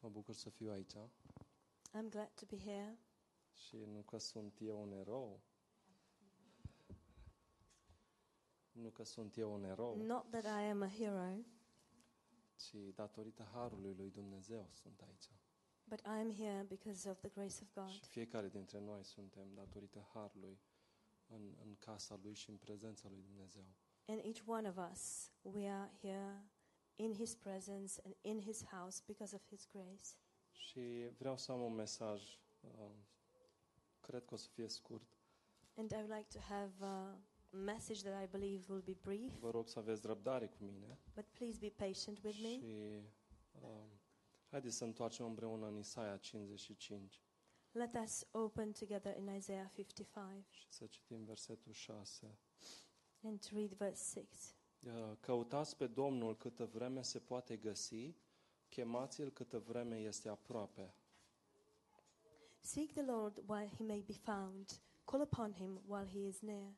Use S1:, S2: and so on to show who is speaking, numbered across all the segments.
S1: bucur să fiu aici
S2: I'm glad to be here.
S1: și nu că sunt eu un erou. Nu că sunt eu un erou,
S2: Not that I am a hero,
S1: ci datorită harului lui Dumnezeu sunt aici.
S2: but I am here because of the grace of God.
S1: Și fiecare dintre noi suntem datorită harului în, în casa lui și în prezența lui Dumnezeu.
S2: And each one of us, we are here in His presence and in His house because of His grace.
S1: Și vreau să am un mesaj, uh, cred că o să fie scurt.
S2: And I would like to have a message that I believe will be brief,
S1: Vă rog să aveți răbdare cu mine.
S2: but please be patient with me.
S1: Și um, haideți să întoarcem împreună în Isaia 55
S2: Let us open together in Isaiah 55
S1: și să citim versetul 6.
S2: and to read verse 6.
S1: Uh, Căutați pe Domnul câtă vreme se poate găsi, chemați-l câtă vreme este aproape.
S2: Seek the Lord while He may be found, call upon Him while He is near.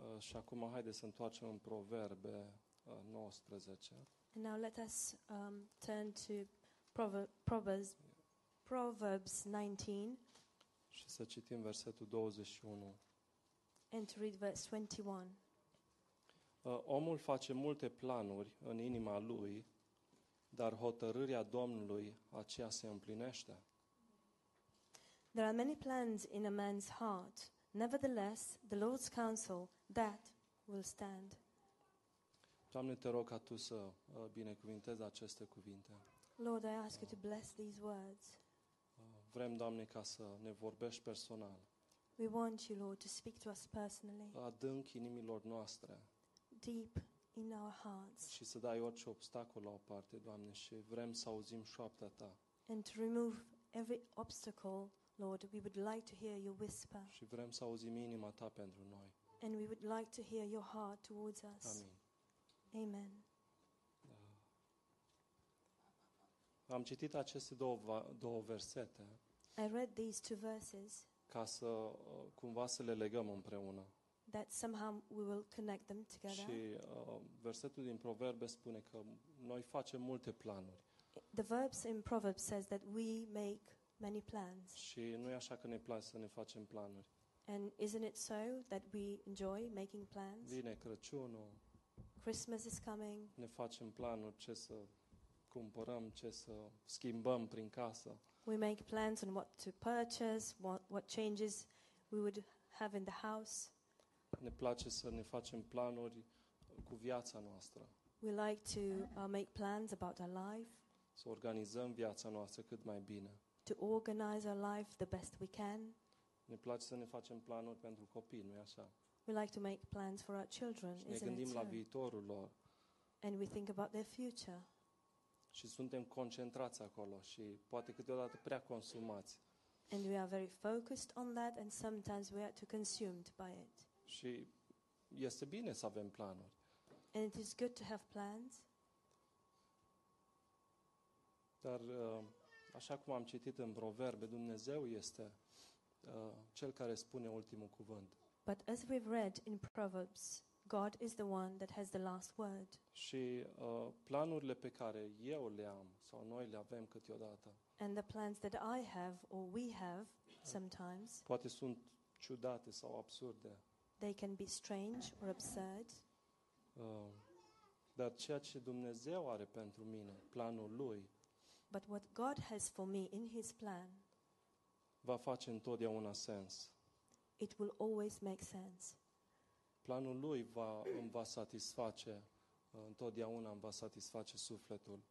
S1: Uh, Și acum haideți să întoarcem în Proverbe uh, 19.
S2: And now let us um, turn to Prover- Proverbs, Proverbs 19
S1: Și să citim versetul 21.
S2: and to read verse 21.
S1: Uh, Omul face multe planuri în inima lui, dar hotărârea Domnului aceea se împlinește.
S2: There are many plans in a man's heart. Nevertheless, the Lord's counsel, that will stand.
S1: Doamne, te rog ca Tu să uh, binecuvintezi aceste cuvinte.
S2: Lord, I ask you to bless these words.
S1: Uh, Vrem, Doamne, ca să ne vorbești personal,
S2: We want you, Lord, to speak to us personally,
S1: adânc inimilor noastre
S2: deep in our hearts,
S1: și să dai orice obstacol la o parte, Doamne, și vrem să auzim șoapta Ta
S2: and to remove every obstacle, Lord. We would like to hear your whisper,
S1: și vrem să auzim inima Ta pentru noi.
S2: and we would like to hear your heart towards us.
S1: Amin. Da.
S2: Amen.
S1: Am citit aceste două, va- două versete
S2: I read these two verses
S1: ca să uh, cumva să le legăm împreună.
S2: that somehow we will connect them together.
S1: Și uh, versetul din Proverbe spune că noi facem multe planuri
S2: The verbs in Proverbs says that we make many plans.
S1: și nu e așa că ne place să ne facem planuri.
S2: And isn't it so that we enjoy making plans?
S1: Vine Crăciunul,
S2: Christmas is coming.
S1: ne facem planuri ce să cumpărăm, ce să schimbăm prin casă.
S2: We make plans on what to purchase, what, what changes we would have in the house.
S1: Ne place să ne facem planuri cu viața noastră,
S2: We like to uh, make plans about our life,
S1: să organizăm viața noastră cât mai bine.
S2: to organize our life the best we can.
S1: Ne place să ne facem planuri pentru copii, nu-i așa?
S2: We like to make plans for our children,
S1: Și ne
S2: isn't it
S1: gândim la
S2: so?
S1: viitorul lor
S2: And we think about their future.
S1: și suntem concentrați acolo și poate câteodată prea consumați.
S2: And we are very focused on that, and sometimes we are too consumed by it.
S1: Și este bine să avem planuri,
S2: And it is good to have plans,
S1: dar uh, așa cum am citit în Proverbe, Dumnezeu este uh, cel care spune ultimul cuvânt.
S2: but as we've read in Proverbs, God is the one that has the last word.
S1: Și uh, planurile pe care eu le am sau noi le avem câteodată,
S2: And the plans that I have or we have sometimes,
S1: poate sunt ciudate sau absurde,
S2: they can be strange or absurd.
S1: uh, dar ceea ce Dumnezeu are pentru mine, planul Lui,
S2: But what God has for me in His plan,
S1: va face întotdeauna sens.
S2: it will always make sense.
S1: Planul Lui va, îmi va satisface, uh, întotdeauna îmi va satisface sufletul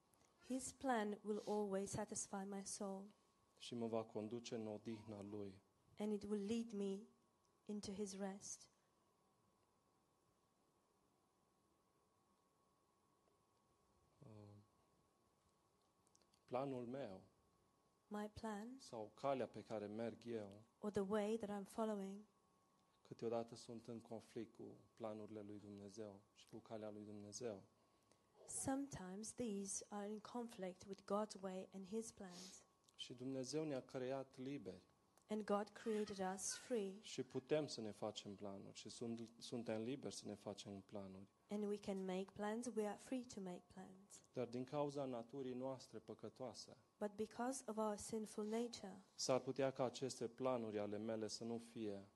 S2: His plan will always satisfy my soul,
S1: și mă va conduce în odihna Lui.
S2: and it will lead me into His rest.
S1: Uh, planul meu
S2: My plans
S1: sau calea pe care merg eu
S2: or the way that I'm following
S1: câteodată sunt în conflict cu planurile lui Dumnezeu și cu calea lui Dumnezeu.
S2: Sometimes these are in conflict with God's way and His plans.
S1: Și Dumnezeu ne-a creat liberi
S2: and God created us free,
S1: și putem să ne facem planuri și sunt, suntem liberi să ne facem planuri.
S2: and we can make plans. We are free to make plans.
S1: Dar din cauza naturii noastre păcătoase,
S2: But because of our sinful nature,
S1: s-ar putea ca aceste planuri ale mele să nu fie,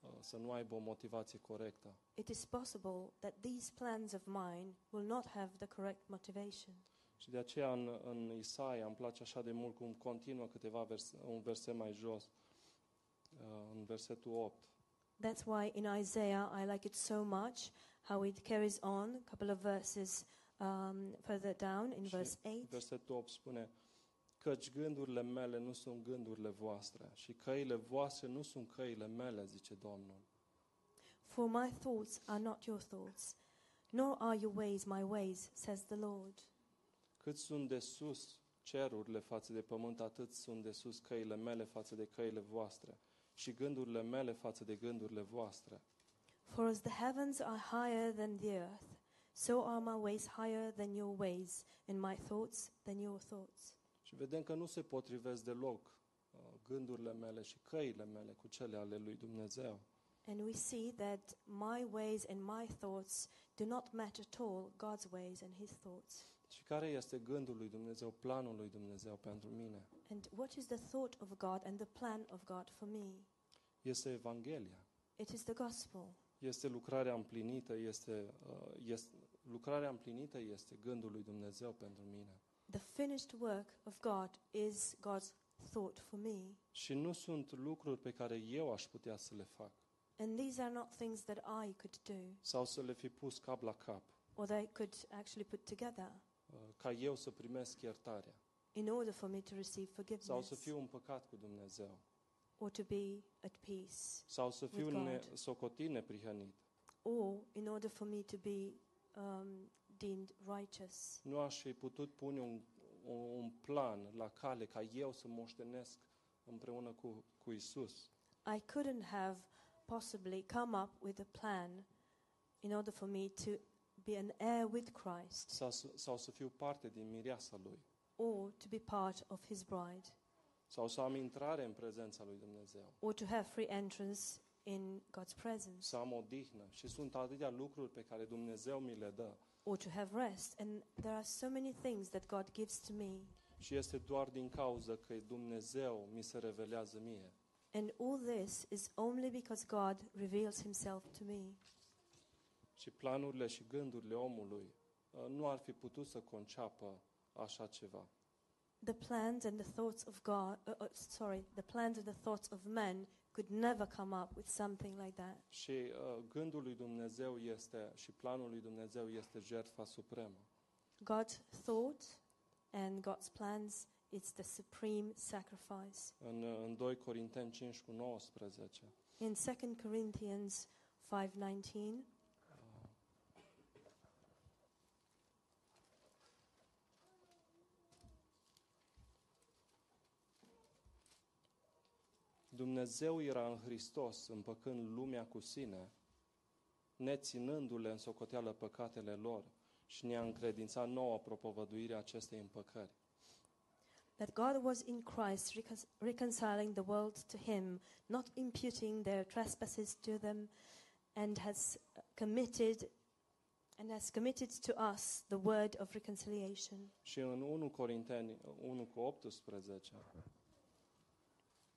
S1: uh, să nu aibă o motivație corectă.
S2: it is possible that these plans of mine will not have the correct motivation.
S1: Și de aceea în, în Isaia îmi place așa de mult cum continuă câteva vers, un verset mai jos, uh, în versetul 8.
S2: That's why in Isaiah I like it so much how it carries on a couple of verses um, further down in
S1: Sure.
S2: verse 8.
S1: Versetul 8 spune, căci gândurile mele nu sunt gândurile voastre și căile voastre nu sunt căile mele, zice Domnul.
S2: For my thoughts are not your thoughts, nor are your ways my ways, says the Lord.
S1: Cât sunt de sus cerurile față de pământ, atât sunt de sus căile mele față de căile voastre și gândurile mele față de gândurile voastre.
S2: For as the heavens are higher than the earth, so are my ways higher than your ways, and my thoughts than your thoughts.
S1: Și vedem că nu se potrivesc deloc uh, gândurile mele și căile mele cu cele ale lui Dumnezeu.
S2: And we see that my ways and my thoughts do not match at all God's ways and his thoughts.
S1: Și care este gândul lui Dumnezeu, planul lui Dumnezeu pentru mine?
S2: And what is the thought of God and the plan of God for me?
S1: Este Evanghelia.
S2: It is the gospel.
S1: Este lucrarea împlinită, este, uh, este lucrarea împlinită este gândul lui Dumnezeu pentru mine.
S2: The finished work of God is God's thought for me.
S1: Și nu sunt lucruri pe care eu aș putea să le fac
S2: And these are not things that I could do
S1: sau să le fi pus cap la cap
S2: or that I could actually put together
S1: uh, ca eu să primesc iertarea
S2: in order for me to receive
S1: sau să
S2: forgiveness
S1: fiu împăcat cu Dumnezeu
S2: or to be at peace
S1: sau să fiu
S2: With God.
S1: ne- socotit neprihănit.
S2: or in order for me to be um, deemed righteous.
S1: Nu aș fi putut pune un, un un plan la cale ca eu să moștenesc împreună cu, cu Isus.
S2: I couldn't have possibly come up with a plan in order for me to be an heir with Christ
S1: sau, să- sau să fiu parte din mireasa Lui,
S2: or to be part of his bride
S1: sau să am intrare în prezența Lui Dumnezeu,
S2: or to have free entrance in God's presence
S1: să am o dihnă. Și sunt atâtea lucruri pe care Dumnezeu mi le dă
S2: or to have rest. And there are so many things that God gives to me.
S1: și este doar din cauză că Dumnezeu mi se revelează mie.
S2: And all this is only because God reveals himself to me.
S1: Și planurile și gândurile omului uh, nu ar fi putut să conceapă așa ceva.
S2: The plans and the thoughts of God, uh, uh, sorry, the plans and the thoughts of men could never come up with something like that.
S1: Și uh, gândul lui Dumnezeu este și planul lui Dumnezeu este jertfa supremă.
S2: God's thought and God's plans, it's the supreme sacrifice.
S1: În, uh, în 2 Corinteni 5 cu 19
S2: In 2 Corinthians 5:19,
S1: Dumnezeu era în Hristos, împăcând lumea cu sine, neținându-le în socoteală păcatele lor și ne-a încredințat nouă propovăduirea acestei împăcări.
S2: that God was in Christ recon- reconciling the world to him, not imputing their trespasses to them, and has committed and has committed to us the word of reconciliation.
S1: Și în 1 Corinteni 1 cu 18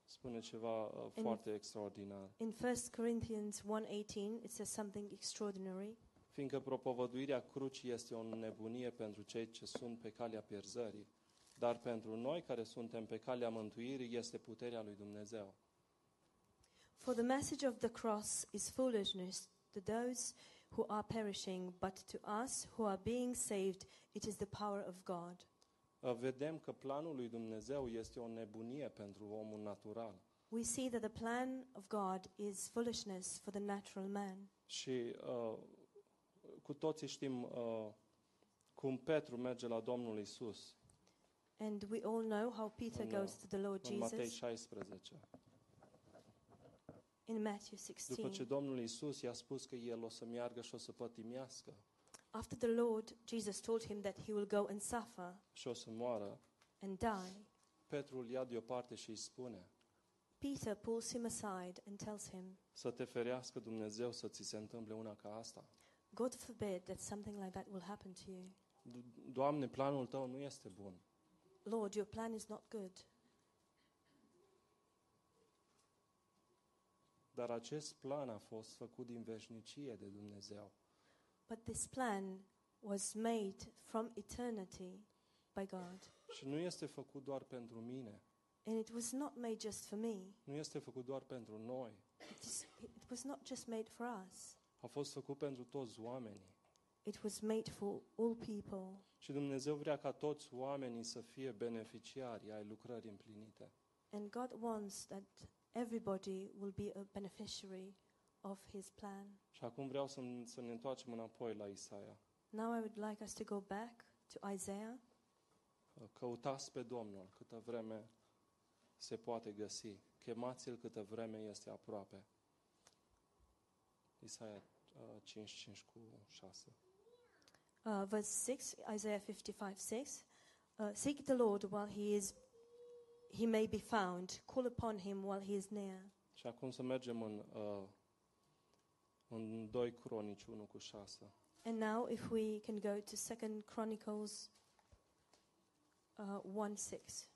S1: spune ceva uh,
S2: În-
S1: foarte extraordinar.
S2: In 1 Corinthians 1:18, it says something extraordinary.
S1: Fiindcă propovăduirea crucii este o nebunie pentru cei ce sunt pe calea pierzării, dar pentru noi care suntem pe calea mântuirii este puterea lui Dumnezeu.
S2: For the message of the cross is foolishness to those who are perishing, but to us who are being saved, it is the power of God.
S1: Uh, Vedem că planul lui Dumnezeu este o nebunie pentru omul natural.
S2: We see that the plan of God is foolishness for the natural man.
S1: Și uh, cu toții știm uh, cum Petru merge la Domnul Isus
S2: And we all know how Peter
S1: No.
S2: goes to the Lord
S1: în Matei
S2: Jesus
S1: 16.
S2: in Matthew
S1: După ce
S2: 16.
S1: Domnul Isus i-a spus că el o să meargă și o să pătimească
S2: After the Lord Jesus told him that he will go and suffer
S1: și o să moară,
S2: and die,
S1: Petru îl ia deoparte și îi spune,
S2: Peter pulls him aside and tells him,
S1: Să te ferească Dumnezeu să ți se întâmple una ca asta.
S2: God forbid that something like that will happen to you.
S1: Do- Doamne, planul tău nu este bun.
S2: Lord, your plan is not good.
S1: Dar acest plan a fost făcut din veșnicie de Dumnezeu.
S2: But this plan was made from eternity by God.
S1: Și nu este făcut doar pentru mine,
S2: And it was not made just for me,
S1: nu este făcut doar pentru noi.
S2: it, is, it was not just made for us,
S1: A fost făcut pentru toți oamenii.
S2: it was made for all people.
S1: Și Dumnezeu vrea ca toți oamenii să fie beneficiari ai lucrării împlinite.
S2: And God wants that everybody will be a beneficiary of His plan.
S1: Și acum vreau să, să ne întoarcem înapoi la Isaia.
S2: Now I would like us to go back to Isaiah.
S1: Căutați pe Domnul câtă vreme se poate găsi. Chemați-l câtă vreme este aproape. Isaia 5, 5 cu 6.
S2: Uh, verse 6, Isaiah 55 6. Uh, Seek the Lord while he is, he may be found. Call upon him while he is near.
S1: Și acum să mergem în, uh, în 2 Cronici 1 cu 6.
S2: And now, if we can go to Second Chronicles uh, 1 6.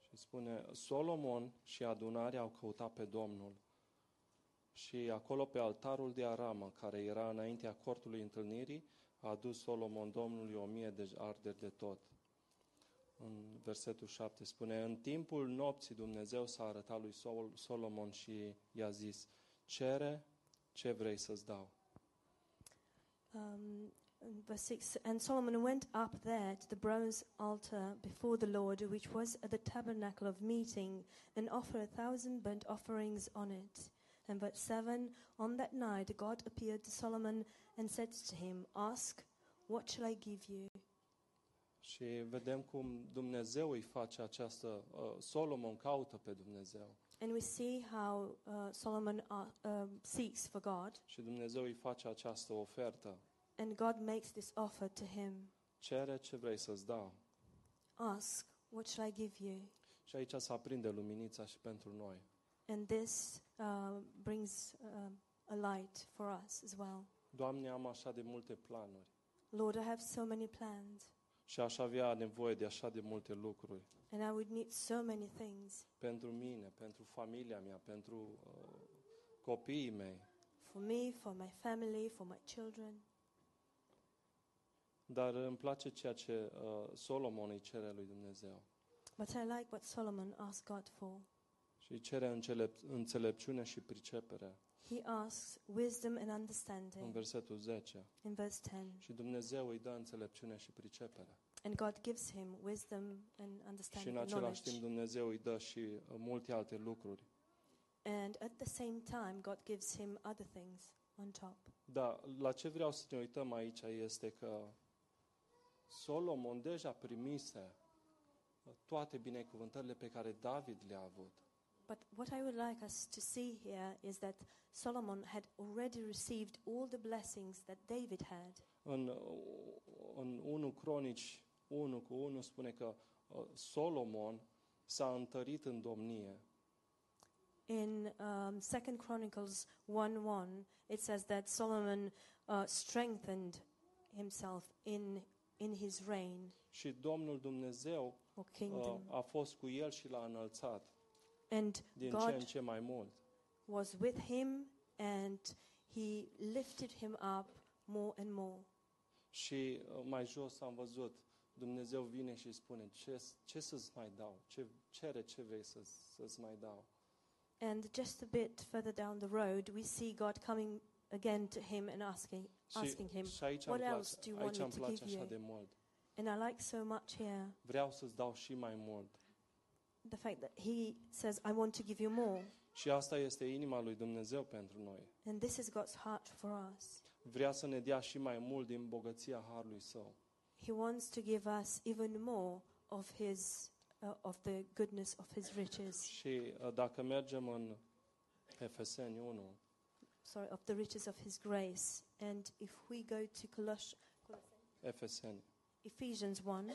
S1: Și spune, Solomon și adunarea au căutat pe Domnul. Și acolo pe altarul de aramă, care era înaintea cortului întâlnirii, a adus Solomon Domnului o mie de arderi de tot. În versetul 7 spune, În timpul nopții Dumnezeu s-a arătat lui Sol- Solomon și i-a zis, Cere ce vrei să-ți dau.
S2: Um, and verse 6 And Solomon went up there to the bronze altar before the Lord, which was at the tabernacle of meeting, and offered a thousand burnt offerings on it. And verse 7 On that night, God appeared to Solomon and said to him, Ask, what shall I give you?
S1: Și vedem cum Dumnezeu îi face această... Uh, Solomon caută pe Dumnezeu
S2: And we see how uh, Solomon uh, um, seeks for God,
S1: și Dumnezeu îi face această ofertă.
S2: and God makes this offer to him.
S1: Cere ce vrei să-ți dau.
S2: Ask, what shall I give you?
S1: Și aici se aprinde luminița și pentru noi.
S2: And this uh, brings um a light for us as well.
S1: Doamne, am așa de multe planuri
S2: Lord, I have so many plans,
S1: și aș avea nevoie de așa de multe lucruri.
S2: and I would need so many things
S1: Pentru mine, pentru familia mea, pentru uh, copiii mei.
S2: for me, for my family, for my children.
S1: Dar îmi place ceea ce uh, Solomon îi cere lui Dumnezeu.
S2: But I like what Solomon asked God for.
S1: Și îi cere înțelep- înțelepciune și pricepere
S2: He asks wisdom and
S1: în
S2: understanding
S1: versetul 10.
S2: in verse 10,
S1: Și Dumnezeu îi dă înțelepciune și pricepere.
S2: and God gives him wisdom
S1: Și
S2: and
S1: în
S2: understanding
S1: același
S2: knowledge.
S1: timp Dumnezeu îi dă și uh, multe alte lucruri.
S2: And at the same time, God gives him other things on top.
S1: Da, la ce vreau să ne uităm aici este că Solomon deja primise toate binecuvântările pe care David le-a avut.
S2: But what I would like us to see here is that Solomon had already received all the blessings that David had.
S1: În, în 1 Cronici 1 cu 1 spune că uh, Solomon s-a întărit în domnie
S2: In um, 2 Chronicles 1 1, it says that Solomon uh, strengthened himself in, in his reign
S1: și Domnul Dumnezeu
S2: or
S1: uh,
S2: kingdom.
S1: a fost cu el și l-a înălțat
S2: and
S1: din ce în
S2: God
S1: ce mai mult.
S2: was with him and he lifted him up more and more.
S1: Și uh, mai jos am văzut, Dumnezeu vine și îi spune, ce, ce să-ți mai dau? Ce, cere ce vrei să, să-ți mai dau?
S2: And just a bit further down the road, we see God coming again to him and asking, asking him,
S1: Și, și aici
S2: "What
S1: îmi place,
S2: else do you want
S1: aici
S2: me
S1: îmi
S2: to
S1: place
S2: give
S1: așa
S2: you?"
S1: de mult.
S2: And I like so much here
S1: Vreau să-ți dau și mai mult.
S2: the fact that he says, I want to give you more.
S1: Și asta este inima lui Dumnezeu pentru noi.
S2: And this is God's heart for us.
S1: Vrea să ne dea și mai mult din bogăția harului său.
S2: He wants to give us even more of his, uh, of the goodness of his riches,
S1: Și uh, dacă mergem în Efeseni 1,
S2: sorry, of the riches of his grace. And if we go to Colossians,
S1: Efeseni,
S2: Ephesians 1
S1: uh,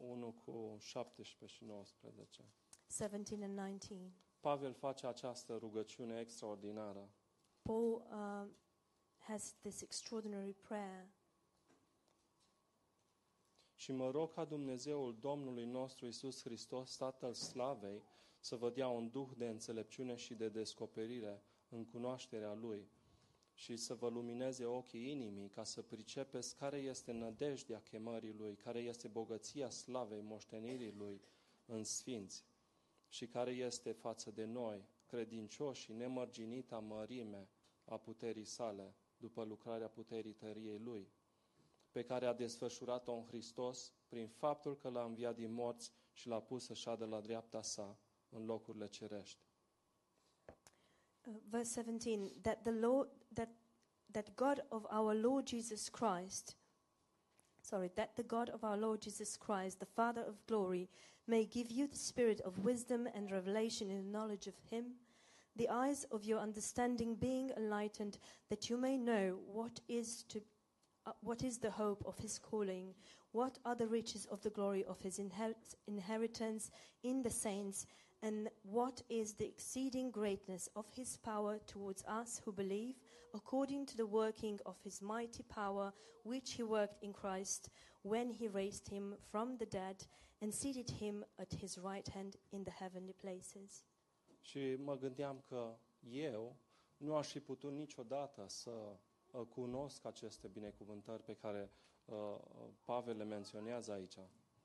S1: 1 cu 17 și 19.
S2: 17 and 19.
S1: Pavel face această rugăciune extraordinară.
S2: Paul um, has this extraordinary prayer.
S1: Și mă rog ca Dumnezeul Domnului nostru Isus Hristos, Tatăl Slavei, să vă dea un duh de înțelepciune și de descoperire în cunoașterea Lui și să vă lumineze ochii inimii ca să pricepeți care este nădejdea chemării Lui, care este bogăția slavei moștenirii Lui în sfinți și care este față de noi, credincioși, nemărginita mărime a puterii sale, după lucrarea puterii tăriei Lui pe care a desfășurat-o în Hristos prin faptul că l-a înviat din morți și l-a pus să șadă la dreapta sa în locurile cerești.
S2: Uh, verse 17 that the lord that that god of our lord jesus christ sorry that the god of our lord jesus christ the father of glory may give you the spirit of wisdom and revelation in the knowledge of him the eyes of your understanding being enlightened that you may know what is to uh, what is the hope of his calling what are the riches of the glory of his inherit- inheritance in the saints and what is the exceeding greatness of his power towards us who believe, according to the working of his mighty power, which he worked in Christ when he raised him from the dead and seated him at his right hand in the heavenly places?
S1: Și mă gândeam că eu nu aș fi putut niciodată să uh, cunosc aceste binecuvântări pe care uh, uh, Pavel le menționează aici.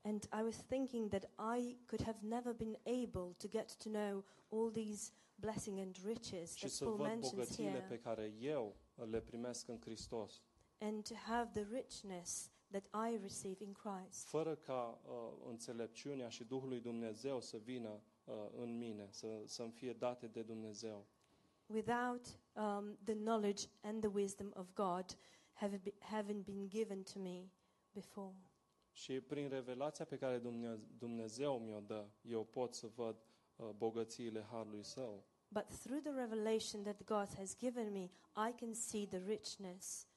S2: And I was thinking that I could have never been able to get to know all these blessing and riches
S1: Și
S2: that
S1: să
S2: Paul
S1: văd
S2: mentions
S1: bogățiile
S2: here,
S1: pe care eu le primesc în Hristos.
S2: and to have the richness that I receive in Christ.
S1: fără ca uh, înțelepciunea și Duhul lui Dumnezeu să vină uh, în mine, să, să-mi fie date de Dumnezeu.
S2: without um, the knowledge and the wisdom of God have be, having been given to me before.
S1: Și prin revelația pe care Dumne- Dumnezeu mi-o dă, eu pot să văd uh, bogățiile Harului Său.
S2: But through the revelation that God has given me, I can see the richness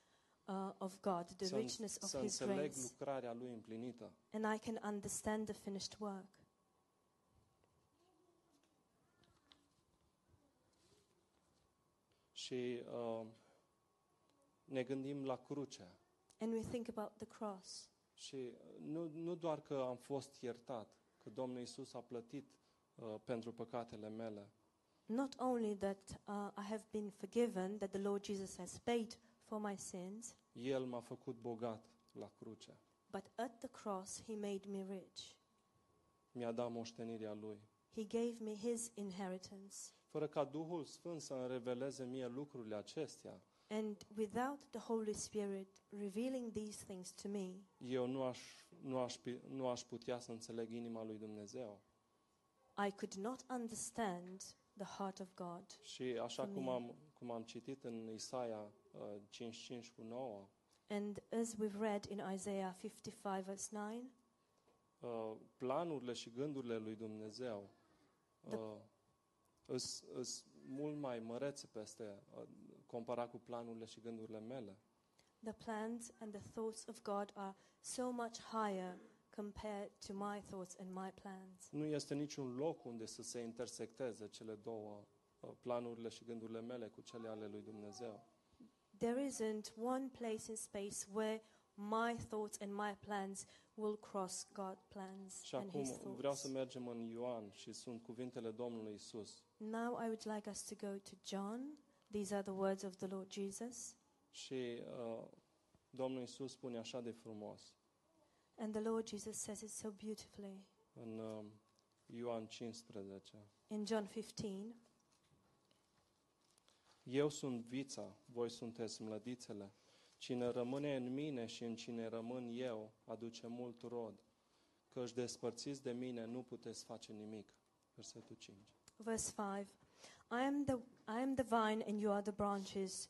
S2: uh, of God, the
S1: să,
S2: richness of
S1: să
S2: His
S1: înțeleg
S2: grace,
S1: lucrarea Lui împlinită.
S2: and I can understand the finished work.
S1: Și uh, ne gândim la cruce.
S2: And we think about the cross.
S1: Și uh, nu, nu doar că am fost iertat, că Domnul Isus a plătit uh, pentru păcatele mele,
S2: Not only that uh, I have been forgiven, that the Lord Jesus has paid for my sins,
S1: El m-a făcut bogat la cruce.
S2: but at the cross He made me rich.
S1: mi-a dat moștenirea Lui.
S2: He gave me His inheritance.
S1: Fără ca Duhul Sfânt să îmi reveleze mie lucrurile acestea,
S2: And without the Holy Spirit revealing these things to me,
S1: eu nu aș, nu aș, pi- nu aș putea să înțeleg inima lui Dumnezeu.
S2: I could not understand the heart of God.
S1: Și așa cum
S2: Amin.
S1: am, cum am citit în Isaia uh, 55 cu 9,
S2: And as we've read in Isaiah 55, verse 9,
S1: uh, planurile și gândurile lui Dumnezeu
S2: Da.
S1: uh, îs, îs mult mai mărețe peste uh, comparat cu planurile și gândurile mele.
S2: the plans and the thoughts of God are so much higher compared to my thoughts and my plans.
S1: Nu este niciun loc unde să se intersecteze cele două uh, planurile și gândurile mele cu cele ale lui Dumnezeu.
S2: There isn't one place in space where my thoughts and my plans will cross God's plans
S1: Și
S2: and His
S1: acum vreau
S2: thoughts.
S1: să mergem în Ioan și sunt cuvintele Domnului Isus.
S2: Now I would like us to go to John. These are the words of the Lord Jesus.
S1: Și uh, Domnul Isus spune așa de frumos
S2: And the Lord Jesus says it so beautifully
S1: în uh, Ioan 15.
S2: in John 15
S1: Eu sunt vița, voi sunteți mlădițele. Cine rămâne în mine și în cine rămân eu aduce mult rod. Că își despărțiți de mine nu puteți face nimic. Versetul 5.
S2: verse 5 I am the I am the vine and you are the branches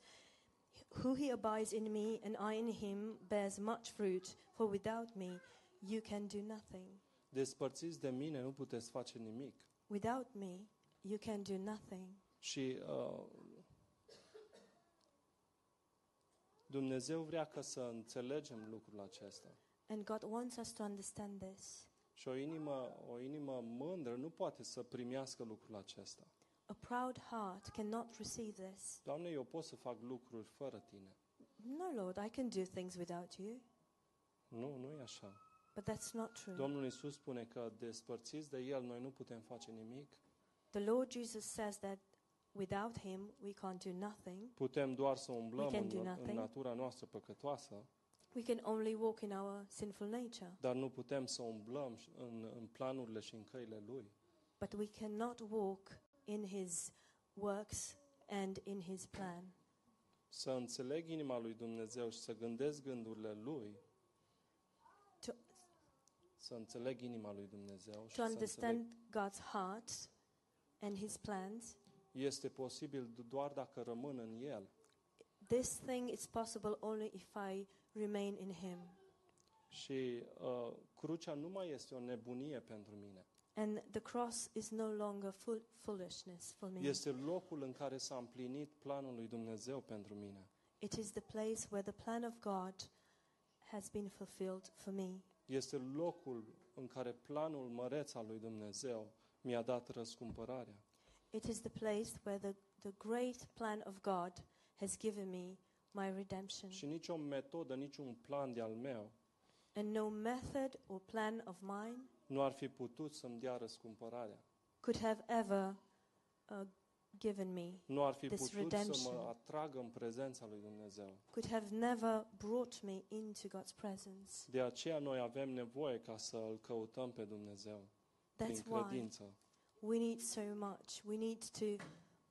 S2: who he abides in me and I in him bears much fruit for without me you can do nothing
S1: Despărțiți de mine nu puteți face nimic.
S2: without me you can do
S1: uh,
S2: nothing
S1: Și uh, Dumnezeu vrea ca să înțelegem lucrul acesta.
S2: And God wants us to understand this.
S1: Și o inimă, o inimă mândră nu poate să primească lucrul acesta.
S2: A proud heart cannot receive this.
S1: Doamne, eu pot să fac lucruri fără Tine.
S2: No, Lord, I can do things without you.
S1: Nu, nu e așa.
S2: But that's not true.
S1: Domnul Isus spune că despărțiți de El, noi nu putem face nimic.
S2: The Lord Jesus says that without him we can't do nothing.
S1: Putem doar să
S2: We
S1: umblăm
S2: can do
S1: în, în
S2: nothing.
S1: natura noastră păcătoasă,
S2: We can only walk in our sinful nature,
S1: dar nu putem să umblăm și- în, în planurile și în căile Lui.
S2: but we cannot walk in his works and in his plan.
S1: Să înțeleg inima lui Dumnezeu și să gândesc gândurile Lui,
S2: To,
S1: să înțeleg inima lui Dumnezeu și
S2: to
S1: să înțeleg,
S2: understand God's heart and his plans,
S1: este posibil do- doar dacă rămân în El.
S2: this thing is possible only if I remain in him.
S1: Și uh, crucea nu mai este o nebunie pentru mine.
S2: And the cross is no longer fool foolishness for me.
S1: Este locul în care s-a împlinit planul lui Dumnezeu pentru mine.
S2: It is the place where the plan of God has been fulfilled for me.
S1: Este locul în care planul măreț al lui Dumnezeu mi-a dat răscumpărarea.
S2: It is the place where the, the great plan of God has given me my redemption.
S1: Și nicio metodă, niciun plan de-al meu
S2: And no method or plan of mine
S1: nu ar fi putut să-mi dea răscumpărarea.
S2: could have ever uh, given me,
S1: Nu ar fi
S2: This
S1: putut să
S2: Deci redemption.
S1: mă atragă în prezența lui Dumnezeu.
S2: could have never brought me into God's presence.
S1: De aceea noi avem nevoie ca să îl căutăm pe Dumnezeu
S2: That's
S1: prin
S2: why
S1: credință.
S2: we need so much. We need to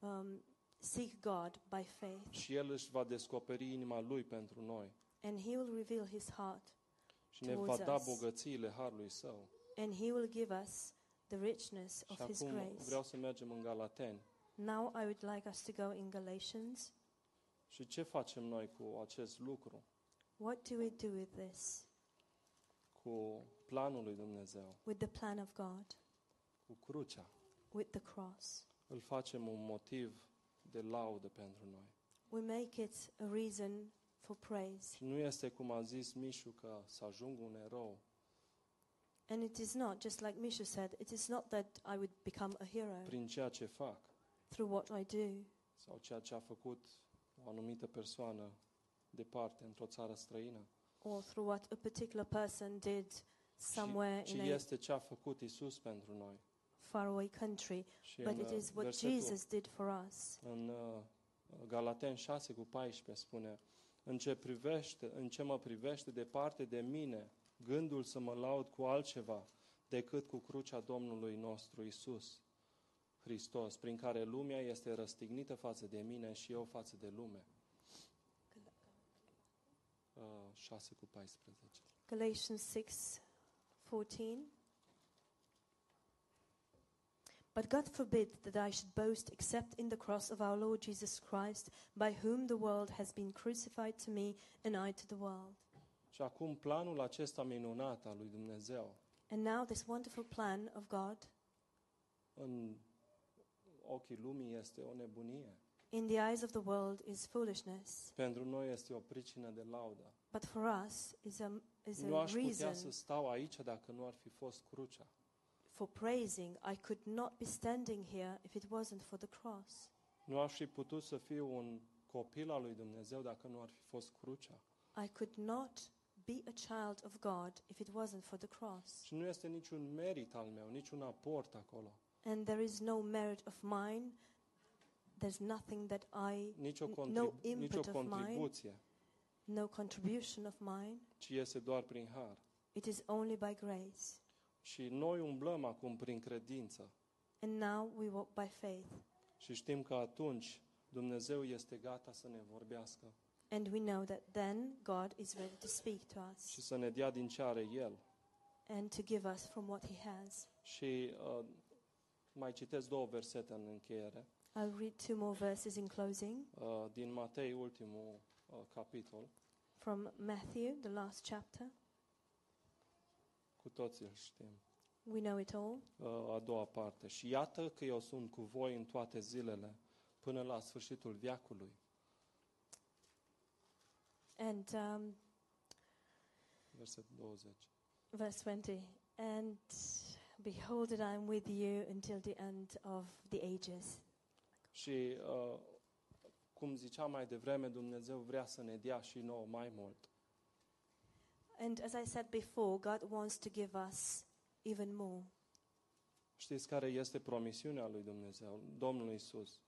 S2: um, seek God by faith,
S1: Și El își va descoperi inima Lui pentru noi
S2: and He will reveal His heart,
S1: și ne va
S2: Towards
S1: da
S2: us.
S1: bogățiile Harului Său.
S2: and He will give us the richness
S1: Și
S2: of His
S1: acum
S2: grace.
S1: vreau să mergem în Galateni.
S2: Now I would like us to go in Galatians.
S1: Și ce facem noi cu acest lucru,
S2: What do we do with this?
S1: cu planul lui Dumnezeu,
S2: With the plan of God,
S1: cu crucea?
S2: with the cross.
S1: Îl facem un motiv de laudă pentru noi.
S2: We make it a reason for praise.
S1: Și nu este cum a zis Mișu că să ajung un erou,
S2: And it is not, just like Misha said, it is not that I would become a hero
S1: prin ceea ce fac
S2: through what I do
S1: sau ceea ce a făcut o anumită persoană departe, într-o țară străină,
S2: or through what a particular person did somewhere
S1: ci,
S2: in
S1: ci
S2: a
S1: este ce a făcut Isus pentru noi.
S2: faraway country,
S1: Și
S2: but
S1: în,
S2: it
S1: uh,
S2: is what
S1: versetul-
S2: Jesus did for us.
S1: În uh, Galaten 6 cu 14 spune, în ce, privește, în ce mă privește departe de mine, gândul să mă laud cu altceva decât cu crucea Domnului nostru Isus Hristos, prin care lumea este răstignită față de mine și eu față de lume. Uh, 6 cu 14.
S2: Galatians 6 14. But God forbid that I should boast except in the cross of our Lord Jesus Christ, by whom the world has been crucified to me and I to the world.
S1: Și acum planul acesta minunat al lui Dumnezeu,
S2: And now, this wonderful plan of God
S1: în ochii lumii este o nebunie.
S2: in the eyes of the world is foolishness,
S1: Pentru noi este o pricină de laudă.
S2: but for us is a, is
S1: Nu
S2: a
S1: aș putea
S2: reason
S1: să stau aici dacă nu ar fi fost crucea.
S2: for praising. I could not be standing here if it wasn't for the cross.
S1: Nu aș fi putut să fiu un copil al lui Dumnezeu dacă nu ar fi fost crucea.
S2: I could not be a child of God if it wasn't for the cross.
S1: Și nu este niciun merit al meu, niciun aport acolo,
S2: And there is no merit of mine. There's nothing that I,
S1: nicio,
S2: No
S1: contribu- nicio
S2: input of mine.
S1: contribuție,
S2: no contribution of mine.
S1: ci este doar prin har.
S2: It is only by grace.
S1: Și noi umblăm acum prin credință
S2: And now we walk by faith.
S1: și știm că atunci Dumnezeu este gata să ne vorbească
S2: And we know that then God is ready to speak to
S1: și
S2: us
S1: să ne dea din ce are El.
S2: and to give us from what He has.
S1: Și uh, mai citesc două versete în încheiere,
S2: I'll read two more verses in closing
S1: uh, din Matei, ultimul uh, capitol.
S2: from Matthew, the last chapter.
S1: Cu toții îl știm.
S2: We know it all.
S1: Uh, A doua parte. Și iată că eu sunt cu voi în toate zilele, până la sfârșitul veacului.
S2: And um,
S1: versetul 20.
S2: verse 20 And behold, that I am with you until the end of the ages.
S1: Și uh, cum ziceam mai devreme, Dumnezeu vrea să ne dea și nouă mai mult.
S2: And as I said before, God wants to give us even more.
S1: Știți care este promisiunea lui Dumnezeu, Domnul Isus?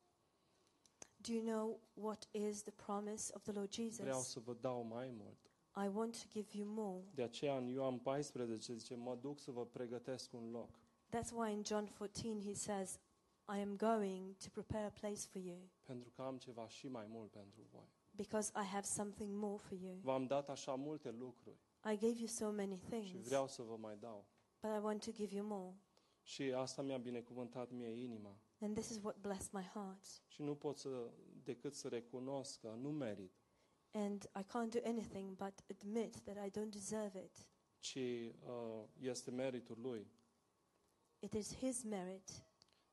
S2: Do you know what is the promise of the Lord
S1: Vreau
S2: Jesus?
S1: să vă dau mai mult.
S2: I want to give you more.
S1: De aceea în Ioan 14 zice, mă duc să vă pregătesc un loc.
S2: That's why in John 14 he says, I am going to prepare a place for you
S1: pentru că am ceva și mai mult pentru voi.
S2: because I have something more for you.
S1: V-am dat așa multe lucruri
S2: I gave you so many
S1: și
S2: things,
S1: vreau să vă mai dau.
S2: but I want to give you more.
S1: Și asta mi-a binecuvântat mie inima.
S2: And this is what blessed my heart.
S1: Și nu pot să, decât să recunosc că nu merit,
S2: And I can't do anything but admit that I don't deserve it.
S1: ci uh, este meritul lui.
S2: It is His merit.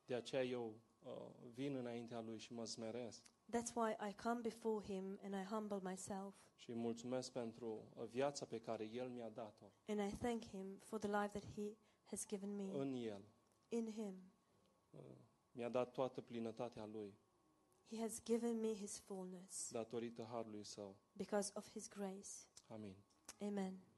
S1: De aceea eu uh, vin înaintea lui și mă smeresc
S2: That's why I come before Him and I humble myself
S1: și îi mulțumesc pentru uh, viața pe care el mi-a dat-o
S2: and I thank Him for the life that He has given me
S1: în el.
S2: in Him.
S1: Uh, mi-a dat toată plinătatea lui
S2: He has given me His fullness
S1: datorită harului său.
S2: because of His grace.
S1: Amin.
S2: Amen.